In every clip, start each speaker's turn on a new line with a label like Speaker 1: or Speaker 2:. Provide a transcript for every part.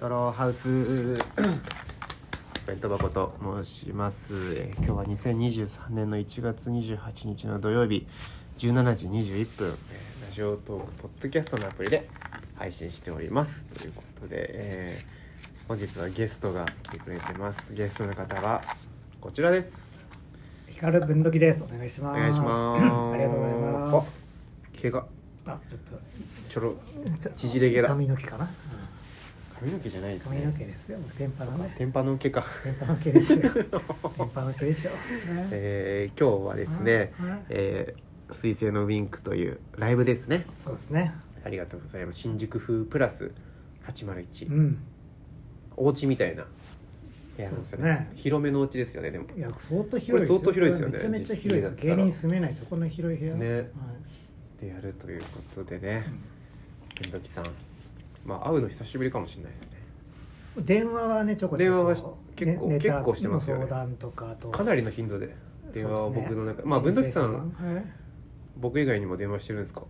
Speaker 1: トローハウス弁当箱と申しますえー今日は2023年の1月28日の土曜日17時21分えーラジオとポッドキャストのアプリで配信しておりますということで、えー本日はゲストが来てくれてますゲストの方はこちらです
Speaker 2: ヒカル文時です。お願いし
Speaker 1: お
Speaker 2: ます。
Speaker 1: 願いします
Speaker 2: ありがとうございます。
Speaker 1: お毛が
Speaker 2: あ、ちょっと
Speaker 1: ちょろ
Speaker 2: ちょっと
Speaker 1: 縮れ毛だ
Speaker 2: 髪の毛かな。うん
Speaker 1: 髪の毛じゃないですね
Speaker 2: 髪の毛ですよ。天パのね。
Speaker 1: 天パの毛か
Speaker 2: 天パの毛 ですよ。天パの毛でしょ。ね
Speaker 1: えー今日はですね
Speaker 2: うんうん
Speaker 1: 「えー水星のウィンク」というライブですね
Speaker 2: そうですね。
Speaker 1: ありがとうございます新宿風プラス
Speaker 2: う
Speaker 1: 801
Speaker 2: ん。
Speaker 1: お家みたいな部屋なん
Speaker 2: そうですね
Speaker 1: 広めのお家ですよねでも
Speaker 2: いや相当広い
Speaker 1: これ相当広いですよね
Speaker 2: めちゃめちゃ広いです。
Speaker 1: 実家だっ
Speaker 2: 芸
Speaker 1: たら
Speaker 2: 人住めないですよ。こんな広い部屋。
Speaker 1: ね
Speaker 2: はい
Speaker 1: でやるということでね文時さんまあ会うの久しぶりかもしれないですね
Speaker 2: うん電話はねちょこちょこ
Speaker 1: 電話はし結構
Speaker 2: ねネタ
Speaker 1: 結構してますよね
Speaker 2: の相談とかあと
Speaker 1: かなりの頻度で電話を
Speaker 2: そうです
Speaker 1: 僕
Speaker 2: ね
Speaker 1: の中まあ文時さ
Speaker 2: 人
Speaker 1: ん
Speaker 2: 生相談はい
Speaker 1: 僕以外にも電話してるんですか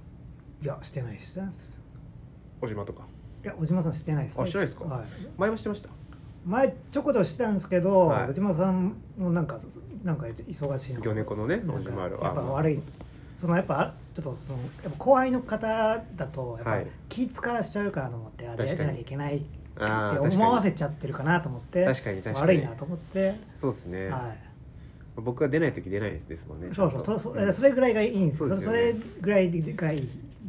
Speaker 2: いやしてないしてないです。
Speaker 1: 小島とか
Speaker 2: いや小島さんしてないですね。
Speaker 1: あしてないですか
Speaker 2: はい。
Speaker 1: 前はしてました
Speaker 2: 前ちょこちょこしてたんですけど、
Speaker 1: はい
Speaker 2: 藤間さんもなんかなんか忙しいの
Speaker 1: 魚猫のね小
Speaker 2: なんか
Speaker 1: 島あ
Speaker 2: やっ
Speaker 1: る
Speaker 2: ぱ悪いそのやっぱちょっとそのやっぱ後輩の方だとや
Speaker 1: は
Speaker 2: っ
Speaker 1: い
Speaker 2: ぱ気使わしちゃうからと思って、あれや
Speaker 1: 確か
Speaker 2: ら
Speaker 1: に
Speaker 2: なきゃいけないって
Speaker 1: あー確かに
Speaker 2: 思わせちゃってるかなと思って
Speaker 1: 確かに確かに
Speaker 2: 悪いなと思って、
Speaker 1: そうですね
Speaker 2: は
Speaker 1: 僕が出ない時出ないですもんね
Speaker 2: い、そうそう
Speaker 1: ちゃ
Speaker 2: そ
Speaker 1: ん
Speaker 2: れ
Speaker 1: と
Speaker 2: それそれぐらいがいいんです
Speaker 1: そう
Speaker 2: そ
Speaker 1: で
Speaker 2: れ
Speaker 1: すよ
Speaker 2: そ
Speaker 1: ね
Speaker 2: れぐらいがいい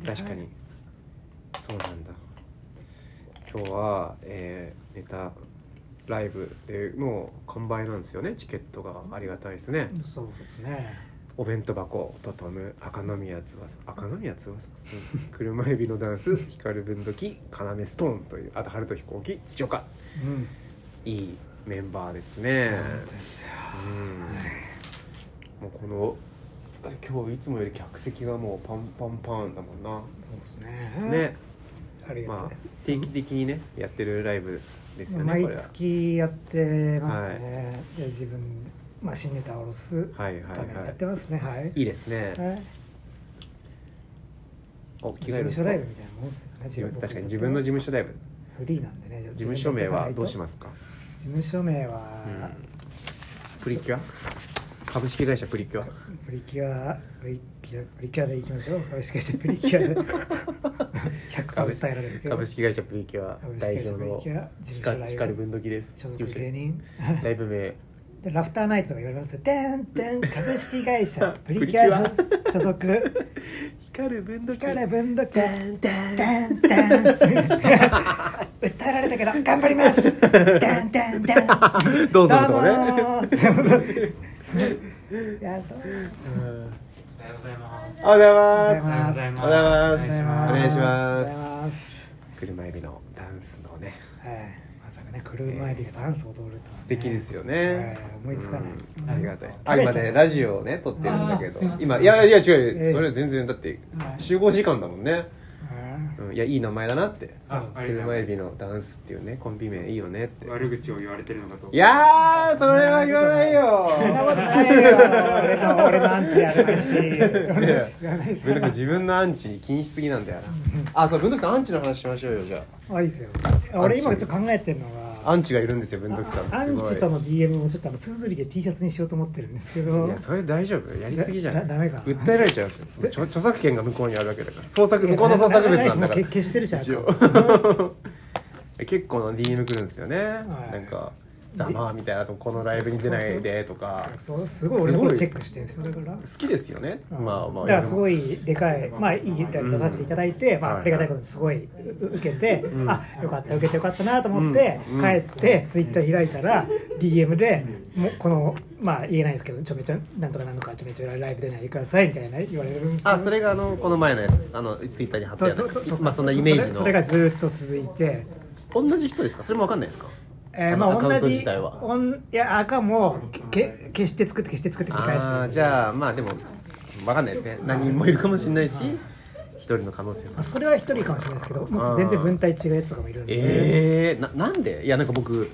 Speaker 2: です
Speaker 1: 確か
Speaker 2: ね
Speaker 1: にそうなんだ今日は、えーネタライブでもう完売なんですよねチケットがありがたいですね
Speaker 2: そうですね
Speaker 1: お弁当箱トトム赤宮翼赤宮翼、うん、車エビのダンス光分度器要ストーンというあと春と飛行機土岡
Speaker 2: うん
Speaker 1: いいメンバーですね
Speaker 2: そうですよ
Speaker 1: うんもうこの今日いつもより客席がもうパンパンパンだもんな
Speaker 2: そうですね
Speaker 1: ね
Speaker 2: ありがとう
Speaker 1: ま
Speaker 2: ございます
Speaker 1: あ定期的にねやってるライブですよね
Speaker 2: 毎
Speaker 1: これは
Speaker 2: 月やってますね、で自分、まあ、新ネタを下ろす
Speaker 1: はいはい
Speaker 2: ためにや
Speaker 1: は
Speaker 2: ってますねはい、はい
Speaker 1: いいいですねお
Speaker 2: 事
Speaker 1: 着替えるん
Speaker 2: 務
Speaker 1: です
Speaker 2: 所
Speaker 1: か
Speaker 2: ライブみたいなもんですよね
Speaker 1: 自分確かに自分の事務所ライブ
Speaker 2: フリーなんでね
Speaker 1: 事務所名はどうし
Speaker 2: す
Speaker 1: ますか、
Speaker 2: 事務所名は、
Speaker 1: うんプリキュア株式会社プリキュア
Speaker 2: プリキュアプリキュアプリキュアでいきましょう株式会社プリキ ュアで100%訴えられるけど
Speaker 1: 株式会社プリキュア
Speaker 2: 株式
Speaker 1: 代表
Speaker 2: 会社プリ
Speaker 1: の
Speaker 2: キュア事務所ライブ
Speaker 1: 光文時です
Speaker 2: 所属芸人
Speaker 1: ライブ名
Speaker 2: でラフターナイトとか言われますよ「てんてん株式 会社プリキュア所属」
Speaker 1: 光文時
Speaker 2: から分度器ダン ダンダン訴えられたけど頑張りますダンダンダン
Speaker 1: どうぞのとこね
Speaker 2: どうもー
Speaker 3: おはようございます。
Speaker 2: やっと
Speaker 1: おはようござい
Speaker 2: おはよ
Speaker 1: ます
Speaker 2: うご
Speaker 3: ざいます
Speaker 1: おはよう
Speaker 2: お
Speaker 1: ございますお
Speaker 2: は
Speaker 1: 願い
Speaker 2: よ
Speaker 1: うし
Speaker 2: ござい
Speaker 1: ます
Speaker 2: ます
Speaker 1: 車エビのダンスのね
Speaker 2: はいまさかね車エビがダンスを踊るとはね
Speaker 1: 素敵ですよ
Speaker 2: はい
Speaker 1: ね、
Speaker 2: 思いつかない
Speaker 1: うんありがたいですあ
Speaker 2: 食べ
Speaker 1: 今
Speaker 2: ちゃいます
Speaker 1: ねラジオをね撮ってるんだけ
Speaker 3: あー
Speaker 1: ど
Speaker 3: すいません
Speaker 1: 今いやいや違う、
Speaker 2: ええ
Speaker 1: それは全然だって
Speaker 2: はい
Speaker 1: 集合時間だもんね、
Speaker 2: うん
Speaker 1: うん、いやいい名前だなって
Speaker 3: あありがとうござい
Speaker 1: 車エ
Speaker 3: ます
Speaker 1: ビのダンスっていうねコンビ名いいよねって
Speaker 3: 悪口を言われてるのかと。
Speaker 1: いやーそれは言わない
Speaker 2: そんなこと
Speaker 1: よ
Speaker 2: ないよ俺の俺のアンチやるないし
Speaker 1: え
Speaker 2: 言わないです
Speaker 1: 文徳自分のアンチ気にしすぎなんだよなあそう文徳さんアンチの話しましょうよじゃ
Speaker 2: あいいですよ俺今ちょっと考えてるの
Speaker 1: あ
Speaker 2: が
Speaker 1: アンチがいるんですよ文徳さん
Speaker 2: あア
Speaker 1: す
Speaker 2: ン
Speaker 1: ごい
Speaker 2: チとの DM もちょっとあのすずりで T シャツにしようと思ってるんですけど
Speaker 1: いやそれ大丈夫やりすぎじゃん
Speaker 2: だだダメかな
Speaker 1: 訴えられちゃうんですよ著著作権が向こうにあるわけだから創作向こうの創作物なんだか ら
Speaker 2: いやなななな消してるじゃん
Speaker 1: 一応結構な DM 来るんですよね、
Speaker 2: い
Speaker 1: なんか「ざまあ」みたいなとここのライブに出ないでとか
Speaker 2: そうすごい俺のことチェックしてるんですよだから
Speaker 1: 好きですよね、まあまあ
Speaker 2: だからすご
Speaker 1: い
Speaker 2: いでかい、まあ、いいライブ出させていただいて、ま
Speaker 1: は
Speaker 2: あ、
Speaker 1: い
Speaker 2: ありがたいことにすごい受受けて、
Speaker 1: ん
Speaker 2: あよかった受けてよかったなと思って、
Speaker 1: うん
Speaker 2: 帰ってツイッター開いたら DM でもうこのまあ言えないですけどちょめちょなんとかなんとかちょめちょライブ出ないでくださいみたいな言われるんですよ
Speaker 1: あそれがあのこの前のやつあのツイッターに貼ってあ
Speaker 2: ととと
Speaker 1: るまあそんなイメージの
Speaker 2: それそれがずっと続いて、
Speaker 1: 同じ人ですかそれもわかんないですか
Speaker 2: え
Speaker 1: あ
Speaker 2: ー
Speaker 1: の
Speaker 2: ま
Speaker 1: アカウ
Speaker 2: あ
Speaker 1: ント
Speaker 2: 同
Speaker 1: 自
Speaker 2: じ
Speaker 1: 体は
Speaker 2: おんいや赤もけけ消して作って消して作って繰り返し
Speaker 1: あーじゃあまあでもわかんないですね何人もいるかもしれないし一人の可能性も
Speaker 2: まあそれは一人かもしれないですけどもっと全然文体違うやつとかもいるんで、
Speaker 1: えー、ななんでいやなんか僕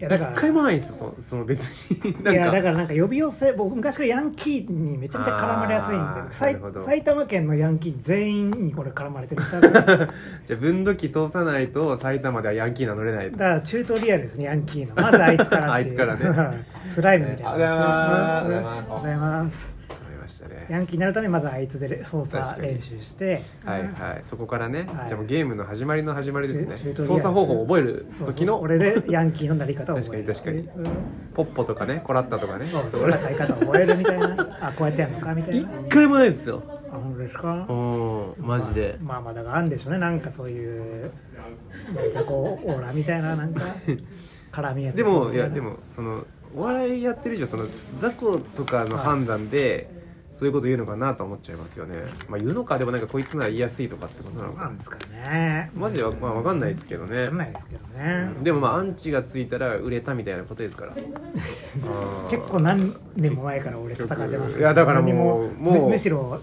Speaker 2: やだ
Speaker 1: 一
Speaker 2: から
Speaker 1: 回もないんですよそその別に なん
Speaker 2: いやだ
Speaker 1: か
Speaker 2: からなんか呼び寄せ僕昔からヤンキーにめちゃめちゃ絡まれやすい
Speaker 1: あーなるほ
Speaker 2: んで
Speaker 1: ど
Speaker 2: 埼埼玉県のヤンキー全員にこれ絡まれてる多分だか
Speaker 1: じゃあ分度器通さないと埼玉ではヤンキー名乗れないと
Speaker 2: ら中東リアルですねヤンキーのまずあいつからっていう
Speaker 1: あいつから
Speaker 2: スライムみたいな
Speaker 1: あ
Speaker 2: や
Speaker 1: りがと
Speaker 2: つです
Speaker 1: う
Speaker 2: ね
Speaker 1: ご
Speaker 2: ご
Speaker 1: ざ
Speaker 2: ざいます
Speaker 1: 思いましたね
Speaker 2: ヤンキーになるためにまずあいつで操
Speaker 1: 確
Speaker 2: 作
Speaker 1: かに
Speaker 2: 練習して
Speaker 1: はいはいそこからね、
Speaker 2: はい
Speaker 1: じゃあもうゲームの始まりの始まりです
Speaker 2: 中
Speaker 1: ね
Speaker 2: 中途リアル
Speaker 1: 操作方法を覚える
Speaker 2: そうそう
Speaker 1: 時の
Speaker 2: 俺でヤンキーのなり方を覚える
Speaker 1: 確かに確
Speaker 2: かに
Speaker 1: ポッポとかねコラッタとかねそう俺
Speaker 2: 戦い方を覚えるみたいなあこうやってやるのかみたい
Speaker 1: 一
Speaker 2: な
Speaker 1: 回もないんですよ
Speaker 2: あ本当ですか
Speaker 1: うんマジで
Speaker 2: まあ、まあまあだからあるんでしょうねなんかそういうなんか雑魚オーラみたいな なんか絡みやつ
Speaker 1: でもいやでもそのお笑いやってる以上その雑魚とかの判断で、そういうこと言うのかなと思っちゃいますよねまあ言うのかでもなんかこいつなら言いやすいとかってことなのか
Speaker 2: な
Speaker 1: なん
Speaker 2: ですかね
Speaker 1: マジでわ、まあ、わかんないですけどね
Speaker 2: わかんないですけどね、
Speaker 1: うんでもまあアンチがついたら売れたみたいなことですからあー
Speaker 2: 結構何年も前から俺戦ってますけど
Speaker 1: いやだからもう
Speaker 2: 何
Speaker 1: もう
Speaker 2: むむしろ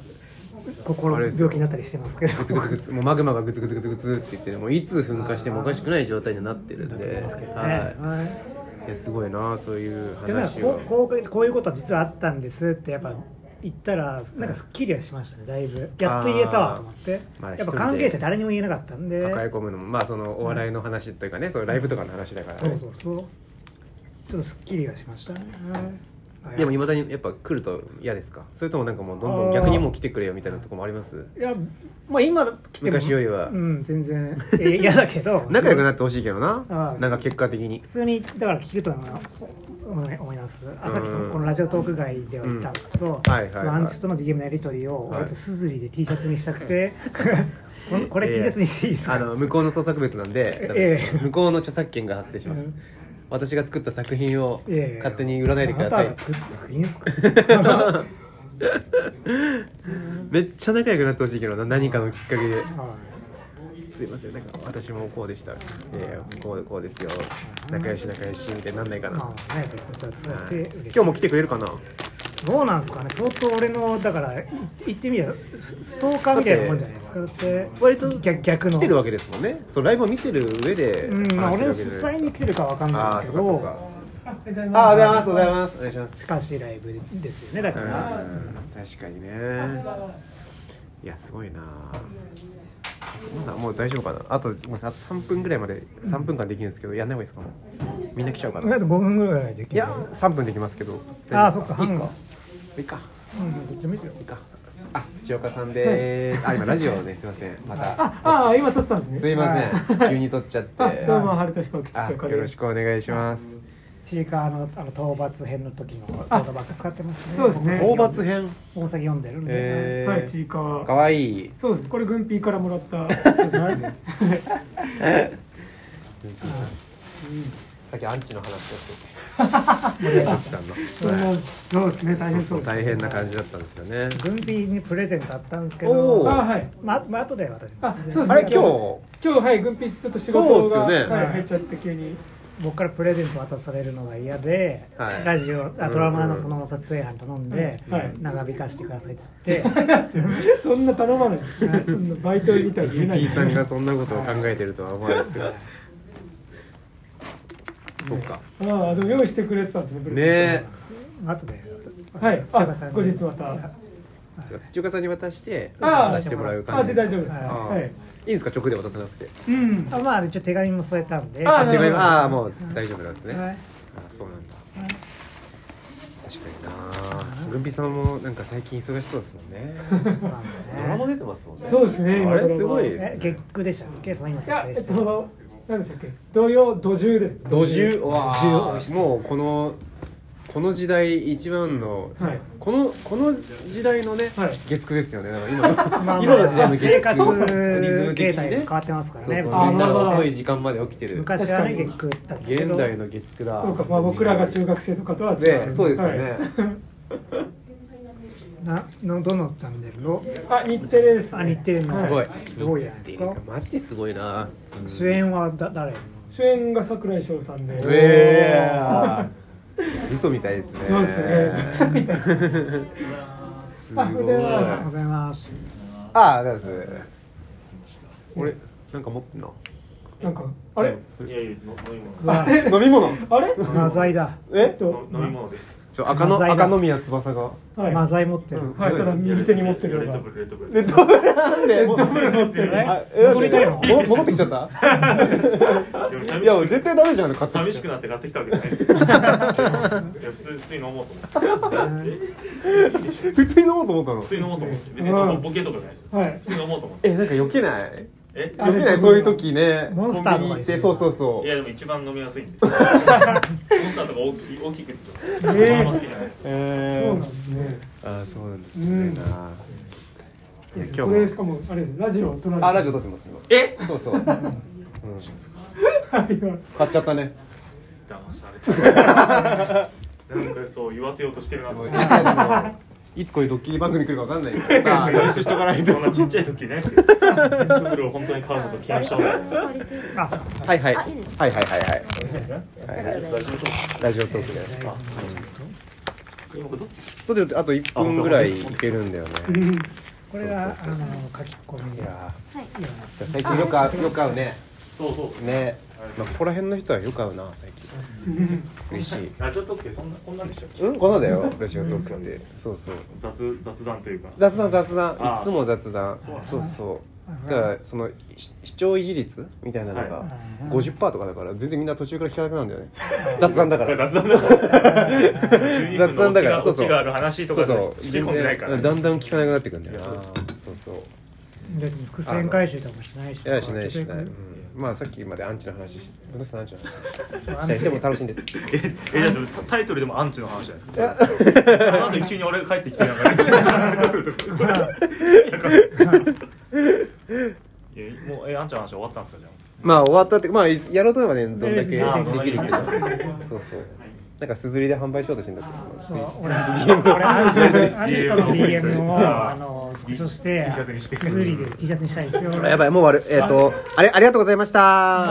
Speaker 2: 心病気になったりしてますけど
Speaker 1: グツグツグツもうマグマがグツグツグツグツって言ってもういつ噴火してもおかしくない状態になってるん
Speaker 2: なって
Speaker 1: で
Speaker 2: ますけどね、
Speaker 1: は
Speaker 2: はい
Speaker 1: い、いやすごいなそういう
Speaker 2: でもなん
Speaker 1: 話
Speaker 2: かこ
Speaker 1: を
Speaker 2: うこうこういうことは実はあったんですってやっぱ言ったらなんかすっきりはしましたねだいぶやっと言えたわと思って
Speaker 1: あーまあ
Speaker 2: やっぱ関係者誰にも言えなかったんで
Speaker 1: 抱え込むのもまあそのお笑いの話というかね、そのライブとかの話だから、
Speaker 2: そ
Speaker 1: ね
Speaker 2: う、そうそうちょっとすっきりがしましたね、はい
Speaker 1: でもいまだにやっぱ来ると嫌ですかそれともなんかもうどんどん逆にもう来てくれよみたいなとこもあります
Speaker 2: いやまあ今来ても
Speaker 1: 昔よりは
Speaker 2: うん全然え嫌だけど
Speaker 1: 仲良くなってほしいけどな
Speaker 2: あー
Speaker 1: なんか結果的に
Speaker 2: 普通にだから聞くとは思い思います朝日さ
Speaker 1: うん
Speaker 2: んこのラジオトーク外では言ったんですけど、
Speaker 1: うんはいはいはい
Speaker 2: そのアンチとの DM のやり取りを
Speaker 1: はい
Speaker 2: 俺とすずりで T シャツにしたく て、このこれ
Speaker 1: いや
Speaker 2: T シャツにしていいですか、
Speaker 1: あの向こうの創作物なんで
Speaker 2: え
Speaker 1: ダメです
Speaker 2: ええ
Speaker 1: 向こうの著作権が発生します、
Speaker 2: うん
Speaker 1: 私が作った作品を
Speaker 2: いやいや
Speaker 1: 勝手に売らないでください、
Speaker 2: あなたが作った作品ですか
Speaker 1: めっちゃ仲良くなってほしいけどな何かのきっかけで
Speaker 2: は
Speaker 1: すいませんなんか私もこうでしたいやいやこうこうですよ仲良し仲良しみたいになんないか
Speaker 2: い
Speaker 1: な、
Speaker 2: まあね別にそうそうやって嬉しい
Speaker 1: 今日も来てくれるかな
Speaker 2: どうなんですかね相当俺のだからい言ってみればスストーカーみたいなもんじゃないですかだって
Speaker 1: 割と
Speaker 2: 逆逆の
Speaker 1: 来てるわけですもんねそうライブを見てる上で
Speaker 2: うんまあ
Speaker 1: 話してるわ
Speaker 2: 俺の主
Speaker 1: けじゃないですか
Speaker 2: 催に来てるかわかん
Speaker 1: あ
Speaker 2: な
Speaker 1: あ
Speaker 2: い
Speaker 1: そ
Speaker 2: で
Speaker 1: う
Speaker 2: す
Speaker 1: か
Speaker 2: け
Speaker 1: そう
Speaker 2: ど
Speaker 1: かああおはようございますおはようございますお願いします
Speaker 2: しかしライブですよねだから
Speaker 1: うん確かにねいやすごいなまだもう大丈夫かなあとごめんなさいあと3分ぐらいまで3分間できるんですけどやんない方がいいですかもうみんな来ちゃうかな
Speaker 2: 5分ぐらいで
Speaker 1: い
Speaker 2: きる
Speaker 1: や3分できますけど
Speaker 2: ああそっか
Speaker 1: いいですか
Speaker 2: 半
Speaker 1: いいか
Speaker 2: うんどっちもいいですよ
Speaker 1: いいかあ土岡さんですあ今ラジオねすいませんまた
Speaker 4: ああ、今撮ってたんですね。
Speaker 1: すいません急に撮っちゃって
Speaker 4: あ、どうも、春田彦吉
Speaker 1: あ
Speaker 4: 祥子
Speaker 1: よろ
Speaker 4: で
Speaker 1: し
Speaker 4: す。
Speaker 1: くお願いします
Speaker 2: チーカーのあの討伐編の時の言葉ばっか使ってますね
Speaker 4: そうですね
Speaker 1: 討伐編
Speaker 2: 大崎読んでるんで、
Speaker 1: え
Speaker 4: はい、ちいか
Speaker 1: か
Speaker 4: わ。
Speaker 1: わいい
Speaker 4: そうです。これ軍ピーからもらった。
Speaker 1: さっきアンチの話を しててアンチさんの
Speaker 4: そうですね、大変そ
Speaker 1: そうう
Speaker 4: です。
Speaker 1: 大変な感じだったんですよね
Speaker 2: 軍備にプレゼントあったんですけ
Speaker 1: お
Speaker 4: あ、
Speaker 1: ー
Speaker 2: ど
Speaker 4: はい。
Speaker 2: ままあ後で私
Speaker 4: あ、そうですね。
Speaker 1: あれ今日
Speaker 4: 今日、はい、軍ピーちょっと仕
Speaker 1: そうで
Speaker 4: 事
Speaker 1: すよ
Speaker 4: が、
Speaker 1: ね
Speaker 4: はい、入っちゃって急に。
Speaker 2: 僕からプレゼント渡されるのが嫌で、
Speaker 1: はい
Speaker 2: ラジオあドラマのそ
Speaker 1: うん
Speaker 2: の撮影班頼んで、
Speaker 4: はい
Speaker 2: 長引かしてくださいっつって、
Speaker 4: そんな頼まない。そんなバイトみたいに言えない
Speaker 1: P さんがそんなことを考えてるとは思わないですけどそうか
Speaker 4: ああ、でも用意してくれてたんですね。ブル
Speaker 1: ね
Speaker 4: ー
Speaker 1: え
Speaker 2: 後で
Speaker 4: はい
Speaker 2: 千葉さん
Speaker 4: あ
Speaker 2: に
Speaker 4: 後日また
Speaker 1: 土岡さんに渡して
Speaker 4: あー
Speaker 1: 渡してもらう
Speaker 4: あ、
Speaker 1: 感じ
Speaker 4: で
Speaker 1: です
Speaker 4: 大丈夫です。
Speaker 2: はい
Speaker 1: あー
Speaker 4: はい。
Speaker 1: いいんですか直で渡さなくて
Speaker 4: うん。
Speaker 2: あまあ一応手紙も添えたんで
Speaker 4: あ
Speaker 1: あ
Speaker 4: なるほど
Speaker 1: 手紙あーもう大丈夫なんですね、
Speaker 2: はい
Speaker 1: あそうなんだ確かになグンピさんもなんか最近忙しそうですもんね
Speaker 2: ま
Speaker 1: ド
Speaker 2: あ
Speaker 1: ラマ
Speaker 2: ね
Speaker 1: 出てますもんね
Speaker 4: そうですね
Speaker 1: あれ
Speaker 4: 今ドラマ
Speaker 1: すごいですね
Speaker 2: え月9でしたっけその今
Speaker 4: い
Speaker 2: 撮
Speaker 4: や、
Speaker 2: 影
Speaker 4: えっ
Speaker 2: してる
Speaker 4: と、何でしたっけ土曜、土十です。
Speaker 1: 土十わ
Speaker 2: 土十美味し
Speaker 1: あ
Speaker 2: そう
Speaker 1: もうこのこの時代一番の、
Speaker 4: はい。
Speaker 1: このこの時代のね、
Speaker 4: はい
Speaker 1: 月9ですよねだから今の
Speaker 2: まあ
Speaker 1: 今の時代
Speaker 2: ま
Speaker 1: の
Speaker 2: あ
Speaker 1: 月
Speaker 2: 生
Speaker 1: 9
Speaker 2: 活
Speaker 1: リズム
Speaker 2: 形
Speaker 1: 的に
Speaker 2: 態
Speaker 1: ね
Speaker 2: が変わってますから
Speaker 1: そう
Speaker 2: ね
Speaker 1: そう
Speaker 4: あー
Speaker 1: みんな
Speaker 4: るほ
Speaker 1: の
Speaker 4: ど
Speaker 1: 遅い時間まで起きてる
Speaker 2: 昔はね月9だったけ
Speaker 1: 現
Speaker 2: ど
Speaker 1: 代の月9だ
Speaker 4: そうか、まあ、僕らが中学生とかとは違う。
Speaker 1: ねそうですよね、
Speaker 2: なのどのチャンネルの
Speaker 4: はい。あ、日テレです、ね。
Speaker 2: あ日テレの
Speaker 4: は
Speaker 1: すごい
Speaker 2: すごいじゃないですか
Speaker 1: マジですごいな
Speaker 2: 主演はだ誰
Speaker 4: 主演が桜井翔さんで。
Speaker 1: うえー嘘みたいですね
Speaker 4: そうですね。嘘みたいな。
Speaker 1: すごい
Speaker 4: あこれ
Speaker 2: おはよう
Speaker 4: は
Speaker 2: ございます
Speaker 1: ああ、だす。俺、なんか持ってんな。
Speaker 4: なんかあれ
Speaker 5: いやいやの飲み物
Speaker 2: わ
Speaker 1: 飲み物
Speaker 4: あれ
Speaker 2: マザイだ
Speaker 1: え
Speaker 4: と
Speaker 5: の飲み物です
Speaker 1: ちょ赤の
Speaker 2: 犯罪だ
Speaker 1: 赤の宮翼が
Speaker 4: はい
Speaker 2: マザイ持ってる、
Speaker 1: うん
Speaker 4: はいただ右手に持ってる
Speaker 5: レッ
Speaker 4: のが
Speaker 5: ドブルレッドブル
Speaker 1: レッドブルなんでレッドブル
Speaker 4: 持ってるね
Speaker 2: 戻りたいの
Speaker 1: 戻ってきちゃ ったいや俺絶対ダメじゃん買って
Speaker 5: 寂
Speaker 1: き
Speaker 5: してくなって買ってきたわけじゃないですいや普通普通に飲もうと思って
Speaker 1: 普通に飲もうと思ったの
Speaker 5: 普通に飲もうと思って別にそのボケとかじゃないです
Speaker 4: はい
Speaker 5: 普通に飲もうと思って
Speaker 1: えなんか避けない
Speaker 5: え
Speaker 1: 避けないそういう時ね
Speaker 2: モンスター
Speaker 1: コン
Speaker 2: とか
Speaker 1: ビニ行って
Speaker 2: にする
Speaker 1: そうそうそ
Speaker 5: いうやでも一番飲みやすいんでモンスターとか大きい大きくて
Speaker 4: え
Speaker 5: あんま好きじゃない
Speaker 1: え
Speaker 4: そうな
Speaker 1: ー
Speaker 4: んですね
Speaker 1: あーそうなんですねいや今日
Speaker 4: これし
Speaker 1: も
Speaker 4: かもあれラジオ撮られて
Speaker 1: あラジオ撮ってます今
Speaker 5: え
Speaker 1: そうそう、うん、
Speaker 4: はいはい
Speaker 1: 買っちゃったね
Speaker 5: 騙されたなんかそう言わせようとしてるなと思って
Speaker 1: いつこういうドッキリ番組来るか分かんないからさ 練習しとかないと
Speaker 5: そんなちっちゃい時ないですよ。プロを本当に買うのと気にした方がいい。
Speaker 2: あ
Speaker 1: はいはい
Speaker 6: あいいです
Speaker 1: はいはいはいはいはいはい
Speaker 5: 大丈夫。
Speaker 1: ラジオトークであ
Speaker 5: 今これどっ
Speaker 1: とであと1分ぐらいいけるんだよね
Speaker 2: これはあ
Speaker 1: そうそうそう
Speaker 2: の書き込み
Speaker 1: い
Speaker 2: で
Speaker 1: や
Speaker 6: はい
Speaker 2: いや
Speaker 1: ー最近よく会うよく会うね
Speaker 5: そうそう。
Speaker 1: ねまあここら辺の人はよく会うな最近嬉しい
Speaker 5: ラジオトークってそんなこんなんでしたっけ？
Speaker 1: うんこんなんだよラジオトークってそうそう
Speaker 5: 雑雑談というか。
Speaker 1: 雑談雑談
Speaker 5: あー
Speaker 1: いつも雑談
Speaker 5: そうなんだ
Speaker 1: そうそうだからそのし視聴維持率みたいなのが
Speaker 5: は
Speaker 1: 50%とかだから全然みんな途中から聞かなくなるんだよね雑談だか
Speaker 5: これ
Speaker 1: ら
Speaker 5: 雑談だから。
Speaker 1: 雑談だから
Speaker 5: そ
Speaker 1: そうう
Speaker 5: そ。
Speaker 1: そうう
Speaker 5: がある話と
Speaker 1: そ
Speaker 5: か
Speaker 1: う
Speaker 5: で
Speaker 1: そう
Speaker 5: 聞き込んでないから。
Speaker 1: 全然だんだん聞かなくなってくんだよなそうそう
Speaker 2: 別に伏線回収とかもしないし
Speaker 1: いやしないしない、
Speaker 2: う
Speaker 1: うん
Speaker 2: ん、
Speaker 1: まあさっきまでアンチの話しこの人のアンチの話
Speaker 2: あ
Speaker 1: し
Speaker 2: の
Speaker 1: たりしても楽しんで
Speaker 5: ええだってタイトルでもアンチの話じゃないですか。あなた急に俺が帰ってきてなんか タイトルとかこれなんかいやもうえアンチの話終わったんですかじゃ
Speaker 1: まあ終わったってまあやろうと思えばねどんだけで
Speaker 5: あ。
Speaker 1: きるけど
Speaker 5: あ
Speaker 1: そうそうなんかすずりで販売しようとしてんだけど
Speaker 2: そう 俺俺アンジュアンジュとの DM を
Speaker 5: あー
Speaker 2: あのスクショして
Speaker 5: T シャツにして
Speaker 2: スズリで T シャツにしたいんですよ
Speaker 1: やばいもう終わるえっ、とあれありがとうございました